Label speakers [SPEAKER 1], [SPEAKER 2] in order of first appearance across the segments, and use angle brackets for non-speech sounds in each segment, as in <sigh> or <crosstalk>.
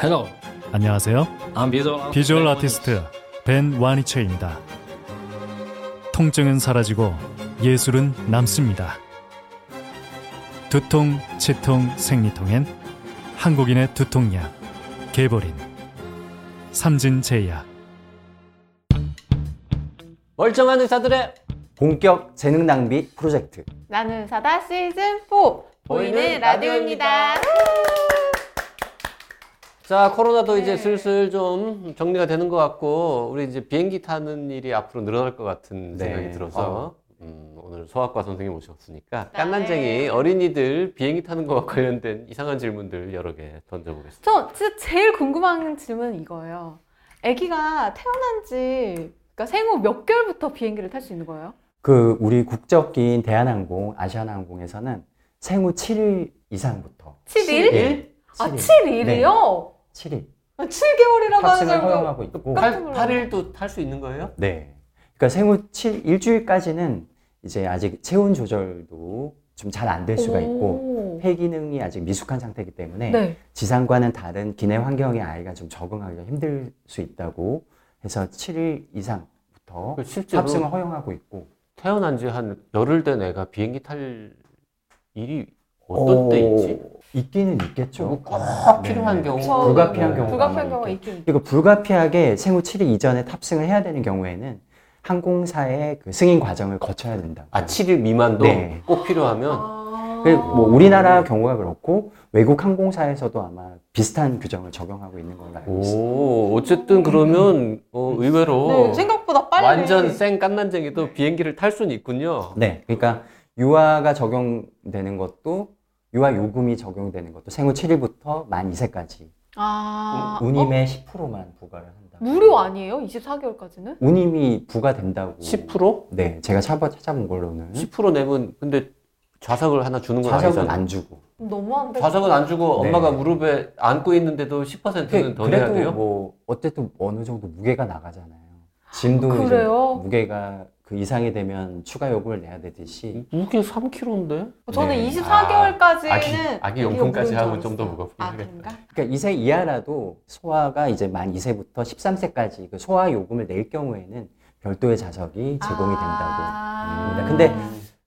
[SPEAKER 1] Hello,
[SPEAKER 2] 안녕하세요.
[SPEAKER 1] I'm visual.
[SPEAKER 2] 비주얼 아티스트 벤 와니체입니다. 통증은 사라지고 예술은 남습니다. 두통, 치통, 생리통엔 한국인의 두통약 개보린 삼진제약
[SPEAKER 1] 멀쩡한 의사들의
[SPEAKER 3] 본격 재능 낭비 프로젝트.
[SPEAKER 4] 나는 사다 시즌 4 보이는 라디오입니다.
[SPEAKER 5] 자 코로나도
[SPEAKER 4] 네.
[SPEAKER 5] 이제 슬슬 좀 정리가 되는 것 같고 우리 이제 비행기 타는 일이 앞으로 늘어날 것 같은
[SPEAKER 3] 네.
[SPEAKER 5] 생각이 들어서 음, 오늘 소아과 선생님
[SPEAKER 4] 네.
[SPEAKER 5] 오셨으니까 깐난쟁이 어린이들 비행기 타는 것과 관련된 이상한 질문들 여러 개 던져보겠습니다.
[SPEAKER 4] 저 진짜 제일 궁금한 질문은 이거예요. 아기가 태어난 지 그러니까 생후 몇 개월부터 비행기를 탈 수 있는 거예요?
[SPEAKER 3] 그 우리 국적기인 대한항공, 아시아나항공에서는 생후 7일 이상부터.
[SPEAKER 4] 7일? 네.
[SPEAKER 3] 예,
[SPEAKER 4] 아,
[SPEAKER 3] 7일.
[SPEAKER 4] 7일이요?
[SPEAKER 3] 7일.
[SPEAKER 4] 7개월이라고
[SPEAKER 3] 탑승을
[SPEAKER 4] 하는
[SPEAKER 3] 허용하고 있고.
[SPEAKER 4] 깜짝 놀랐네.
[SPEAKER 5] 그 8일도 탈 수 있는 거예요?
[SPEAKER 3] 네. 그러니까 생후 7 일주일까지는 이제 아직 체온 조절도 좀 잘 안 될 수가 있고 폐 기능이 아직 미숙한 상태이기 때문에
[SPEAKER 4] 네.
[SPEAKER 3] 지상과는 다른 기내 환경에 아이가 좀 적응하기가 힘들 수 있다고 해서 7일 이상부터
[SPEAKER 5] 그 실제로
[SPEAKER 3] 탑승을 허용하고 있고
[SPEAKER 5] 태어난 지 한 열흘 된 애가 비행기 탈 일이 어떤 때
[SPEAKER 3] 어,
[SPEAKER 5] 있지?
[SPEAKER 3] 있기는 있겠죠.
[SPEAKER 5] 꼭
[SPEAKER 3] 아,
[SPEAKER 5] 필요한 경우 네.
[SPEAKER 4] 저-
[SPEAKER 3] 불가피한 네. 경우가
[SPEAKER 4] 어, 불가피한
[SPEAKER 3] 많아요.
[SPEAKER 4] 경우가 있긴
[SPEAKER 3] 그리고 불가피하게 생후 7일 이전에 탑승을 해야 되는 경우에는 항공사의 그 승인 과정을 거쳐야 된다.
[SPEAKER 5] 아 7일 미만도
[SPEAKER 3] 네.
[SPEAKER 5] 꼭 필요하면
[SPEAKER 4] 아.
[SPEAKER 3] 그뭐 우리나라 경우가 그렇고 외국 항공사에서도 아마 비슷한 규정을 적용하고 있는 걸로 알고 있습니다.
[SPEAKER 5] 오, 어쨌든 그러면 어, 의외로
[SPEAKER 4] 네, 생각보다 빨리
[SPEAKER 5] 완전 생 깐난쟁이도 비행기를 탈 수는
[SPEAKER 4] 아.
[SPEAKER 5] 있군요.
[SPEAKER 3] 네, 그러니까 유아가 적용되는 것도 유아 요금이 적용되는 것도 생후 7일부터 만 2세까지
[SPEAKER 4] 아. 어?
[SPEAKER 3] 운임의 10%만 부과를 한다.
[SPEAKER 4] 무료 아니에요? 24개월까지는?
[SPEAKER 3] 운임이 부과된다고.
[SPEAKER 5] 10%?
[SPEAKER 3] 네, 제가 찾아, 찾아본 걸로는
[SPEAKER 5] 10% 음? 내면 근데 좌석을 하나 주는 건
[SPEAKER 3] 좌석은
[SPEAKER 5] 아니잖아.
[SPEAKER 3] 안 주고.
[SPEAKER 4] 너무한데.
[SPEAKER 5] 좌석은 안 주고
[SPEAKER 3] 네.
[SPEAKER 5] 엄마가 무릎에 안고 있는데도
[SPEAKER 3] 그게
[SPEAKER 5] 10%는 더 내야
[SPEAKER 3] 그래도
[SPEAKER 5] 돼요?
[SPEAKER 3] 뭐 어쨌든 어느 정도 무게가 나가잖아요. 짐도 이제
[SPEAKER 4] 그래요?
[SPEAKER 3] 무게가 그 이상이 되면 추가 요금을 내야 되듯이
[SPEAKER 5] 무게 3kg인데?
[SPEAKER 4] 저는
[SPEAKER 3] 네.
[SPEAKER 4] 24개월까지는
[SPEAKER 5] 아기, 아기 용품까지 하면 좀 더 무겁긴
[SPEAKER 4] 아,
[SPEAKER 5] 하겠다.
[SPEAKER 4] 그런가?
[SPEAKER 3] 그러니까 2세 이하라도 소아가 이제 만 2세부터 13세까지 그 소아 요금을 낼 경우에는 별도의 좌석이 제공이 된다고.
[SPEAKER 4] 아.
[SPEAKER 3] 음, 근데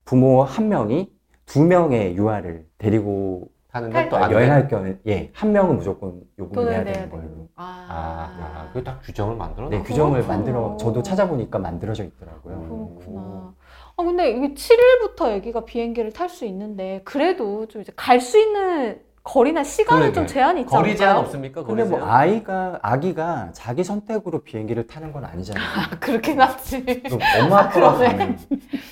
[SPEAKER 3] 부모 한 명이 두 명의 유아를 데리고
[SPEAKER 5] 타는
[SPEAKER 4] 탈-
[SPEAKER 5] 건또안 돼?
[SPEAKER 3] 여행할 경우에 예, 한 명은 무조건 요금을
[SPEAKER 4] 돈을
[SPEAKER 3] 내야
[SPEAKER 4] 내야
[SPEAKER 3] 되는
[SPEAKER 4] 되고.
[SPEAKER 3] 걸로.
[SPEAKER 5] 아,
[SPEAKER 4] 아.
[SPEAKER 5] 그게 딱 규정을 만들어
[SPEAKER 3] 네,
[SPEAKER 5] 놨구나.
[SPEAKER 3] 규정을
[SPEAKER 4] 그렇구나.
[SPEAKER 3] 만들어 저도 찾아보니까 만들어져 있더라고요.
[SPEAKER 4] 그렇구나. 아 근데 이게 7일부터 아기가 비행기를 탈 수 있는데 그래도 좀 이제 갈 수 있는 거리나 시간은
[SPEAKER 5] 그러게.
[SPEAKER 4] 좀 제한이 있지
[SPEAKER 5] 거리 제한
[SPEAKER 4] 않을까요?
[SPEAKER 5] 없습니까? 거리
[SPEAKER 3] 근데 뭐
[SPEAKER 5] 제한?
[SPEAKER 3] 아이가 아기가 자기 선택으로 비행기를 타는 건
[SPEAKER 4] <laughs>
[SPEAKER 3] 아니잖아요.
[SPEAKER 4] 아, 그렇긴
[SPEAKER 5] <laughs>
[SPEAKER 4] 하지.
[SPEAKER 3] 또 엄마 아빠가
[SPEAKER 4] 그러네.
[SPEAKER 3] 가면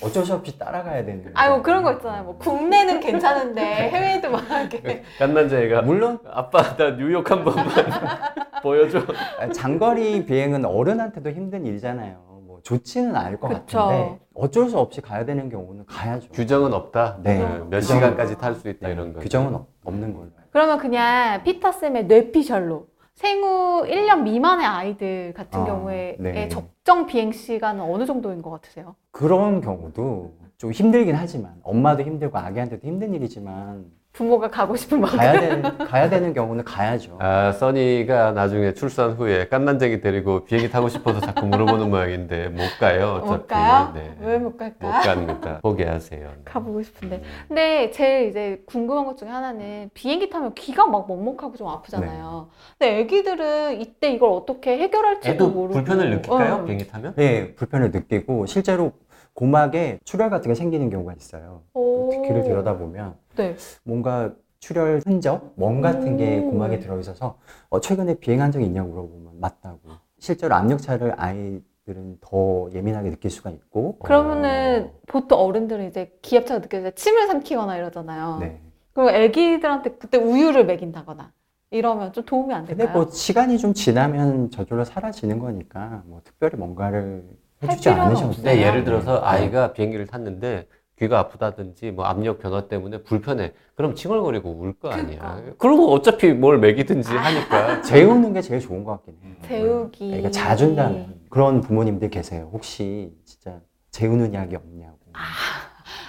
[SPEAKER 3] 어쩔 수 없이 따라가야 되는. 거죠.
[SPEAKER 4] 아유 그런 거 있잖아요. 뭐 국내는 괜찮은데 해외도 막게
[SPEAKER 5] 깐난쟁이가
[SPEAKER 3] 물론
[SPEAKER 5] 아빠 나 뉴욕 한
[SPEAKER 3] <laughs>
[SPEAKER 5] 번만 보여줘.
[SPEAKER 3] 아, 장거리 비행은 어른한테도 힘든 일이잖아요. 뭐 좋지는 않을 것
[SPEAKER 4] 그쵸.
[SPEAKER 3] 같은데 어쩔 수 없이 가야 되는 경우는 가야죠.
[SPEAKER 5] 규정은 없다.
[SPEAKER 3] 네.
[SPEAKER 5] 몇 시간까지 탈 수 있다
[SPEAKER 3] 네,
[SPEAKER 5] 이런 거.
[SPEAKER 3] 규정은 없, 없는 걸로.
[SPEAKER 4] 그러면 그냥 피터 쌤의 뇌피셜로 생후 1년 미만의 아이들 같은
[SPEAKER 3] 아,
[SPEAKER 4] 경우에 예,
[SPEAKER 3] 네.
[SPEAKER 4] 적정 비행 시간은 어느 정도인 것 같으세요?
[SPEAKER 3] 그런 경우도 좀 힘들긴 하지만 엄마도 힘들고 아기한테도 힘든 일이지만
[SPEAKER 4] 부모가 가고 싶은 만큼.
[SPEAKER 3] 가야 되는 가야 되는 경우는 가야죠.
[SPEAKER 5] 아, 써니가 나중에 출산 후에 깐난쟁이 데리고 비행기 타고 싶어서 자꾸 물어보는 모양인데 못 가요. 어차피.
[SPEAKER 4] 못 가요?
[SPEAKER 5] 네.
[SPEAKER 4] 왜 못
[SPEAKER 5] 못
[SPEAKER 4] 갈까?
[SPEAKER 5] 갑니다. 포기하세요. 네.
[SPEAKER 4] 가보고 싶은데. 근데 제일 이제 궁금한 것 중에 하나는 비행기 타면 귀가 막 먹먹하고 좀 아프잖아요. 근데 애기들은 이때 이걸 어떻게 해결할지도
[SPEAKER 5] 네. 애도
[SPEAKER 4] 모르고.
[SPEAKER 5] 불편을 느낄까요?
[SPEAKER 4] 어.
[SPEAKER 5] 비행기 타면?
[SPEAKER 3] 예, 불편을 느끼고 실제로 고막에 출혈 같은 게 생기는 경우가 있어요.
[SPEAKER 4] 오.
[SPEAKER 3] 귀를 들여다보면
[SPEAKER 4] 네.
[SPEAKER 3] 뭔가 출혈 흔적, 멍 같은 게
[SPEAKER 4] 오.
[SPEAKER 3] 고막에 들어 있어서 어, 최근에 비행한 적이 있냐고 물어보면 맞다고. 실제로 압력차를 아이들은 더 예민하게 느낄 수가 있고.
[SPEAKER 4] 그러면은 보통 어른들은 이제 기압차가 느껴질 때 침을 삼키거나 이러잖아요.
[SPEAKER 3] 네.
[SPEAKER 4] 그럼 애기들한테 그때 우유를 먹인다거나 이러면 좀 도움이 안
[SPEAKER 3] 근데
[SPEAKER 4] 될까요?
[SPEAKER 3] 뭐 시간이 좀 지나면 저절로 사라지는 거니까 뭐 특별히 뭔가를
[SPEAKER 4] 할
[SPEAKER 3] 해주지
[SPEAKER 4] 필요는
[SPEAKER 3] 않으셔도
[SPEAKER 4] 없어요.
[SPEAKER 5] 근데
[SPEAKER 3] 돼요.
[SPEAKER 5] 네, 예를 들어서 아이가 비행기를 탔는데 귀가 아프다든지 뭐 압력 변화 때문에 불편해. 그럼 칭얼거리고 울 거 아니야.
[SPEAKER 4] 그러니까. 아,
[SPEAKER 5] 그러고 어차피 뭘 먹이든지 하니까.
[SPEAKER 3] 재우는 게 제일 좋은 것 같긴 해요.
[SPEAKER 4] 재우기.
[SPEAKER 3] 그러니까 자준다는 그런 부모님들 계세요. 혹시 진짜 재우는 약이 없냐고.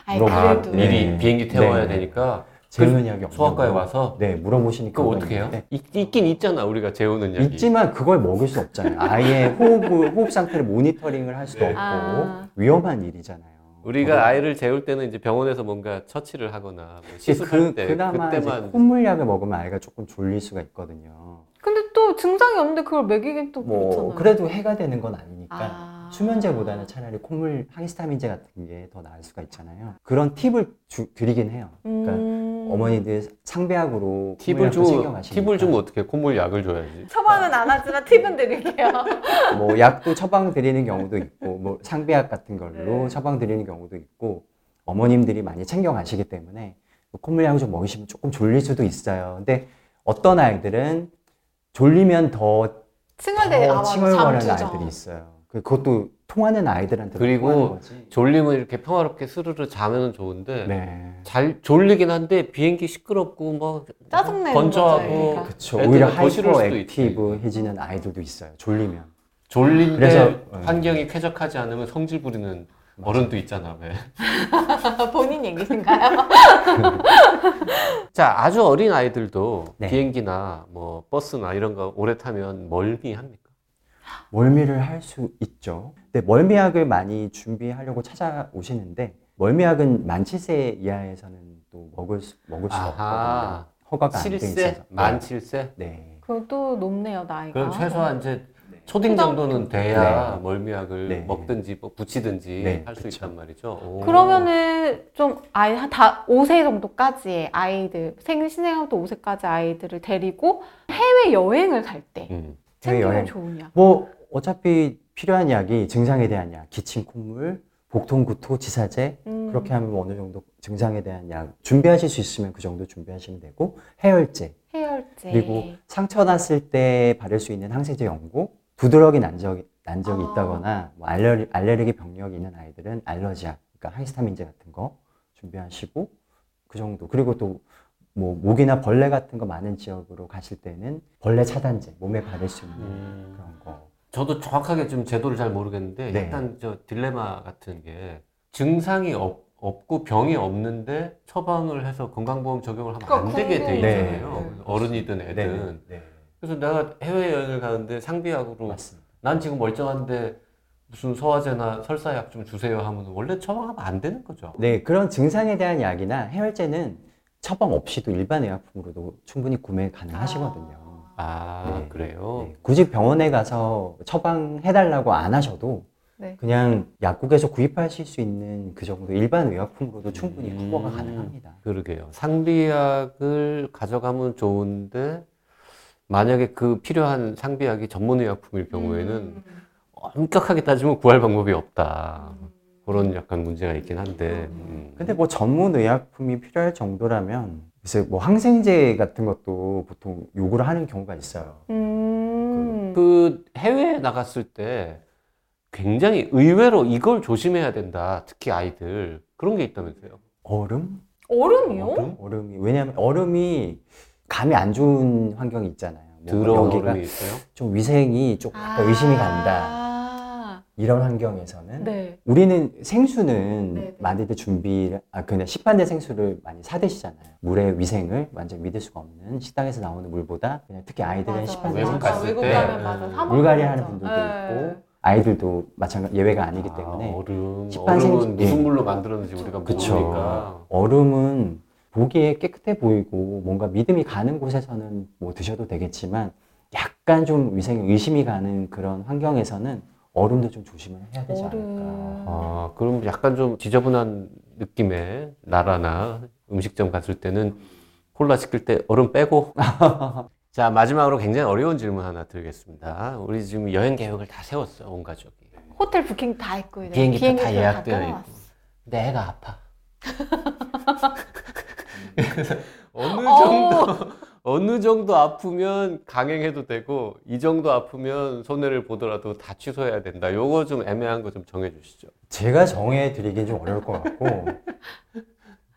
[SPEAKER 4] 아이,
[SPEAKER 3] 물어봐.
[SPEAKER 4] 그래도
[SPEAKER 5] 아,
[SPEAKER 3] 네.
[SPEAKER 5] 미리 비행기 태워야
[SPEAKER 3] 네.
[SPEAKER 5] 되니까
[SPEAKER 3] 재우는 약이 없냐고.
[SPEAKER 5] 소아과에 와서
[SPEAKER 3] 네, 물어보시니까.
[SPEAKER 5] 그거 어떻게 해요? 네.
[SPEAKER 3] 네.
[SPEAKER 5] 있, 있긴 있잖아 우리가 재우는 약이.
[SPEAKER 3] 있지만 그걸 먹을 수 없잖아요. 아예 호흡, 호흡 상태를 모니터링을 할 수도
[SPEAKER 5] 네.
[SPEAKER 3] 없고
[SPEAKER 4] 아.
[SPEAKER 3] 위험한 일이잖아요. 어.
[SPEAKER 5] 우리가 아이를 재울 때는 이제 병원에서 뭔가 처치를 하거나 뭐 시술할
[SPEAKER 3] 그,
[SPEAKER 5] 때
[SPEAKER 3] 그나마 이제
[SPEAKER 5] 그때만
[SPEAKER 3] 콧물약을 먹으면 아이가 조금 졸릴 수가 있거든요.
[SPEAKER 4] 근데 또 증상이 없는데 그걸 먹이긴 또
[SPEAKER 3] 뭐
[SPEAKER 4] 그렇잖아요.
[SPEAKER 3] 그래도 해가 되는 건 아니니까
[SPEAKER 4] 아.
[SPEAKER 3] 수면제보다는 차라리 콧물 항히스타민제 같은 게 더 나을 수가 있잖아요. 그런 팁을 주- 드리긴 해요. 그러니까
[SPEAKER 4] 음.
[SPEAKER 3] 어머니들 상배약으로
[SPEAKER 5] 팁을 주고
[SPEAKER 3] 챙겨가시니까
[SPEAKER 5] 팁을 뭐 주면 어떻게 콧물 약을 줘야지.
[SPEAKER 4] 처방은 안 하지만 팁은 드릴게요. <laughs>
[SPEAKER 3] 뭐 약도 처방 드리는 경우도 있고 뭐 상비약 같은 걸로
[SPEAKER 4] 네.
[SPEAKER 3] 처방 드리는 경우도 있고 어머님들이 많이 챙겨 가시기 때문에 그 콧물약을 좀 먹으시면 조금 졸릴 수도 있어요. 근데 어떤 아이들은 졸리면 더,
[SPEAKER 4] 칭얼대
[SPEAKER 3] 더
[SPEAKER 4] 아,
[SPEAKER 3] 칭얼거리는
[SPEAKER 4] 잠주죠.
[SPEAKER 3] 아이들이 있어요. 그- 그것도 통하는 아이들한테
[SPEAKER 5] 그리고
[SPEAKER 3] 통하는 거지.
[SPEAKER 5] 졸리면 이렇게 평화롭게 스르르 자면은 좋은데
[SPEAKER 3] 네.
[SPEAKER 5] 잘 졸리긴 한데 비행기 시끄럽고 뭐
[SPEAKER 4] 짜증내는
[SPEAKER 5] 건조하고
[SPEAKER 4] 거죠, 애가.
[SPEAKER 3] 그렇죠.
[SPEAKER 5] 애들은
[SPEAKER 3] 오히려
[SPEAKER 5] 더 싫을
[SPEAKER 3] 하이퍼
[SPEAKER 5] 수도 있지.
[SPEAKER 3] 액티브해지는 아이들도 있어요. 졸리면.
[SPEAKER 5] 졸린데
[SPEAKER 3] 그래서- 음.
[SPEAKER 5] 환경이 쾌적하지 않으면 성질 부리는 어른도 있잖아 왜. <laughs>
[SPEAKER 4] <laughs> 본인 얘기신가요?
[SPEAKER 5] 자 아주 어린 아이들도
[SPEAKER 3] 네.
[SPEAKER 5] 비행기나 뭐 버스나 이런 거 오래 타면 멀미 합니까?
[SPEAKER 3] 멀미를 할 수 있죠. 근데 멀미약을 많이 준비하려고 찾아오시는데 멀미약은 만 7세 이하에서는 또 먹을 수, 먹을 수
[SPEAKER 5] 아하.
[SPEAKER 3] 없거든요. 허가가 안 돼 있어서.
[SPEAKER 5] 7세 만 7세
[SPEAKER 3] 네.
[SPEAKER 4] 그것도 높네요 나이가.
[SPEAKER 5] 그럼 최소한 이제 초딩
[SPEAKER 4] 아. 네. 초등-
[SPEAKER 5] 정도는 돼야
[SPEAKER 3] 네.
[SPEAKER 5] 멀미약을
[SPEAKER 3] 네.
[SPEAKER 5] 먹든지 뭐 붙이든지
[SPEAKER 3] 네,
[SPEAKER 5] 할 수
[SPEAKER 3] 그쵸.
[SPEAKER 5] 있단 말이죠. 오.
[SPEAKER 4] 그러면은 좀 아이 한다 5세 정도까지의 아이들 생신생아부터 5세까지 아이들을 데리고 해외 여행을 갈 때
[SPEAKER 5] 음.
[SPEAKER 4] 챙기면
[SPEAKER 3] 해외여행.
[SPEAKER 4] 좋으냐?
[SPEAKER 3] 뭐 어차피 필요한 약이 증상에 대한 약, 기침, 콧물, 복통, 구토, 지사제
[SPEAKER 4] 음.
[SPEAKER 3] 그렇게 하면 어느 정도 증상에 대한 약 준비하실 수 있으면 그 정도 준비하시면 되고 해열제
[SPEAKER 4] 해열제
[SPEAKER 3] 그리고 상처 났을 때 바를 수 있는 항생제 연고, 두드러기 난 적이, 난 적이
[SPEAKER 4] 아.
[SPEAKER 3] 있다거나 뭐 알레르, 알레르기 병력이 있는 아이들은 알러지약, 그러니까 항히스타민제 같은 거 준비하시고 그 정도. 그리고 또 뭐 모기나 벌레 같은 거 많은 지역으로 가실 때는 벌레 차단제 몸에 바를 수 있는
[SPEAKER 5] 음.
[SPEAKER 3] 그런 거.
[SPEAKER 5] 저도 정확하게 지금 제도를 잘 모르겠는데
[SPEAKER 3] 네.
[SPEAKER 5] 약간 저 딜레마 같은 게 증상이 없, 없고 병이 없는데 처방을 해서 건강보험 적용을 하면 안
[SPEAKER 4] 그러니까
[SPEAKER 5] 되게 돼
[SPEAKER 4] 궁금해.
[SPEAKER 5] 있잖아요.
[SPEAKER 4] 네.
[SPEAKER 5] 어른이든 애든.
[SPEAKER 3] 네,
[SPEAKER 5] 그래서 내가 해외 여행을 가는데 상비약으로
[SPEAKER 3] 맞습니다.
[SPEAKER 5] 난 지금 멀쩡한데 무슨 소화제나 설사약 좀 주세요 하면 원래 처방하면 안 되는 거죠.
[SPEAKER 3] 네, 그런 증상에 대한 약이나 해열제는 처방 없이도 일반 의약품으로도 충분히 구매 가능하시거든요.
[SPEAKER 4] 아.
[SPEAKER 5] 아
[SPEAKER 3] 네.
[SPEAKER 5] 그래요.
[SPEAKER 3] 네, 굳이 병원에 가서 처방해달라고 안 하셔도
[SPEAKER 4] 네.
[SPEAKER 3] 그냥 약국에서 구입하실 수 있는 그 정도 일반 의약품으로도 충분히
[SPEAKER 5] 음.
[SPEAKER 3] 커버가 가능합니다.
[SPEAKER 5] 그러게요. 상비약을 가져가면 좋은데 만약에 그 필요한 상비약이 전문의약품일 경우에는
[SPEAKER 4] 음.
[SPEAKER 5] 엄격하게 따지면 구할 방법이 없다.
[SPEAKER 4] 음.
[SPEAKER 5] 그런 약간 문제가 있긴 한데. 음.
[SPEAKER 3] 근데 뭐 전문 의약품이 필요할 정도라면 글쎄 뭐 항생제 같은 것도 보통 요구를 하는 경우가 있어요.
[SPEAKER 4] 음.
[SPEAKER 5] 그 해외에 나갔을 때 굉장히 의외로 이걸 조심해야 된다. 특히 아이들 그런 게 있다면서요.
[SPEAKER 3] 얼음?
[SPEAKER 4] 얼음이요?
[SPEAKER 5] 얼음?
[SPEAKER 3] 얼음이 왜냐하면 얼음이 감이 안 좋은 환경이 있잖아요. 뭐
[SPEAKER 5] 더러운
[SPEAKER 3] 여기가
[SPEAKER 5] 얼음이 있어요.
[SPEAKER 3] 좀 위생이 조금 약간 의심이 간다
[SPEAKER 4] 아.
[SPEAKER 3] 이런 환경에서는
[SPEAKER 4] 네.
[SPEAKER 3] 우리는 생수는
[SPEAKER 4] 네, 네.
[SPEAKER 3] 만들 때 준비, 아, 그냥 시판된 생수를 많이 사드시잖아요. 물의 위생을 완전 믿을 수가 없는 식당에서 나오는 물보다 그냥 특히 아이들은
[SPEAKER 4] 맞아.
[SPEAKER 3] 시판된
[SPEAKER 5] 외국
[SPEAKER 4] 맞아.
[SPEAKER 5] 갔을
[SPEAKER 3] 생수
[SPEAKER 4] 외국
[SPEAKER 5] 때
[SPEAKER 4] 가면 맞아. 사 먹는
[SPEAKER 3] 물갈이 하는
[SPEAKER 4] 거죠.
[SPEAKER 3] 분들도
[SPEAKER 4] 네.
[SPEAKER 3] 있고 아이들도 마찬가지 예외가 아니기
[SPEAKER 5] 아,
[SPEAKER 3] 때문에
[SPEAKER 5] 얼음.
[SPEAKER 3] 식빵
[SPEAKER 5] 얼음은
[SPEAKER 3] 생-
[SPEAKER 5] 무슨
[SPEAKER 3] 예.
[SPEAKER 5] 물로 만들었는지 우리가
[SPEAKER 3] 그쵸.
[SPEAKER 5] 모르니까.
[SPEAKER 3] 얼음은 보기에 깨끗해 보이고 뭔가 믿음이 가는 곳에서는 뭐 드셔도 되겠지만 약간 좀 위생에 의심이 가는 그런 환경에서는 얼음도 좀 조심을 해야 되지
[SPEAKER 4] 얼음.
[SPEAKER 3] 않을까. 어.
[SPEAKER 5] 아, 그럼 약간 좀 지저분한 느낌의 나라나 음식점 갔을 때는 콜라 시킬 때
[SPEAKER 3] <laughs>
[SPEAKER 5] 얼음 빼고. 자, 마지막으로 굉장히 어려운 질문 하나 드리겠습니다. 우리 지금 여행 계획을 다 세웠어요, 온 가족이.
[SPEAKER 4] 호텔 부킹 다 했고 이제
[SPEAKER 5] 비행기표 다
[SPEAKER 4] 비행기표
[SPEAKER 5] 예약되어
[SPEAKER 4] 끊어놨어.
[SPEAKER 5] 있고. 근데 애가 아파. 그래서 어느
[SPEAKER 4] 어우.
[SPEAKER 5] 정도, 어느 정도 아프면 강행해도 되고, 이 정도 아프면 손해를 보더라도 다 취소해야 된다. 요거 좀 애매한 거 좀 정해주시죠.
[SPEAKER 3] 제가 정해드리긴 좀 어려울 것
[SPEAKER 4] <laughs>
[SPEAKER 3] 같고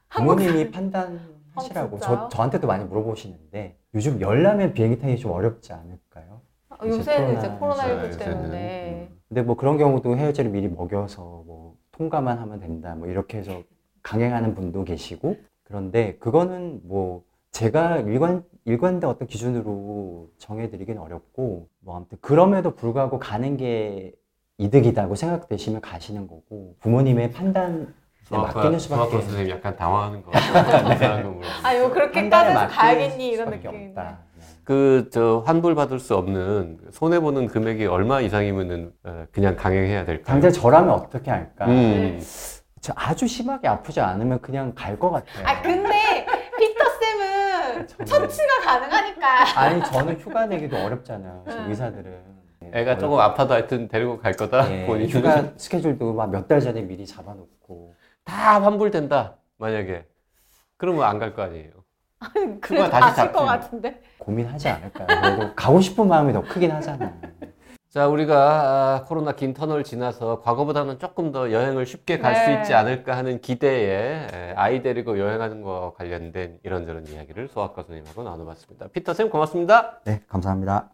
[SPEAKER 3] 부모님이
[SPEAKER 4] 아,
[SPEAKER 3] 판단하시라고
[SPEAKER 4] 진짜요?
[SPEAKER 3] 저, 저한테도 많이 물어보시는데 요즘 열나면 비행기 타기 좀 어렵지 않을까요?
[SPEAKER 4] 아, 요새는 이제
[SPEAKER 3] 코로나
[SPEAKER 4] 코로나19
[SPEAKER 5] 요새는.
[SPEAKER 4] 때문에
[SPEAKER 3] 근데 뭐 그런 경우도 해열제를 미리 먹여서 뭐 통과만 하면 된다 뭐 이렇게 해서 강행하는 분도 계시고 그런데 그거는 뭐 제가 일관 일관된 어떤 기준으로 정해드리긴 어렵고 뭐 아무튼 그럼에도 불구하고 가는 게 이득이다고 생각되시면 가시는 거고 부모님의 판단에 맡기는 수밖에
[SPEAKER 5] 아, 선생님 약간 당황하는 거. 이상한 거 물어보고.
[SPEAKER 4] 아유
[SPEAKER 3] 판단에
[SPEAKER 4] 그렇게까지 해서
[SPEAKER 3] 맡기는
[SPEAKER 4] 가야겠니 이런
[SPEAKER 3] 수밖에
[SPEAKER 4] 느낌.
[SPEAKER 3] 없다. 네.
[SPEAKER 5] 그, 저, 환불 받을 수 없는, 손해보는 금액이 얼마 이상이면은, 어, 그냥 강행해야 될까요?
[SPEAKER 3] 당장 저라면 어떻게 할까?
[SPEAKER 5] 음.
[SPEAKER 3] 저 아주 심하게 아프지 않으면 그냥 갈 것 같아요. <laughs>
[SPEAKER 4] 아 근데 피터 쌤은
[SPEAKER 3] 저는-
[SPEAKER 4] 처치가 가능하니까.
[SPEAKER 3] 아니 저는 휴가 내기도 어렵잖아요. 지금
[SPEAKER 4] 응.
[SPEAKER 3] 의사들은
[SPEAKER 5] 애가 조금 아파도 하여튼 데리고 갈 거다. 뭐
[SPEAKER 3] 예,
[SPEAKER 5] 본인은.
[SPEAKER 3] 네. 휴가 스케줄도 막 몇 달 전에 미리 잡아놓고
[SPEAKER 5] <laughs> 다 환불된다. 만약에. 그러면 안 갈 거 아니에요.
[SPEAKER 4] 그래도 <laughs>
[SPEAKER 5] 다시
[SPEAKER 4] 아실 것
[SPEAKER 5] 잡히네.
[SPEAKER 4] 같은데.
[SPEAKER 3] 고민하지 않을까요? 그래도 가고 싶은 마음이 더 크긴 하잖아요.
[SPEAKER 5] 자, 우리가 아, 코로나 긴 터널 지나서 과거보다는 조금 더 여행을 쉽게 갈 수
[SPEAKER 4] 네.
[SPEAKER 5] 있지 않을까 하는 기대에 에, 아이 데리고 여행하는 거와 관련된 이런저런 이야기를 소아과 선생님하고 나눠봤습니다. 피터 쌤 고맙습니다.
[SPEAKER 3] 네, 감사합니다.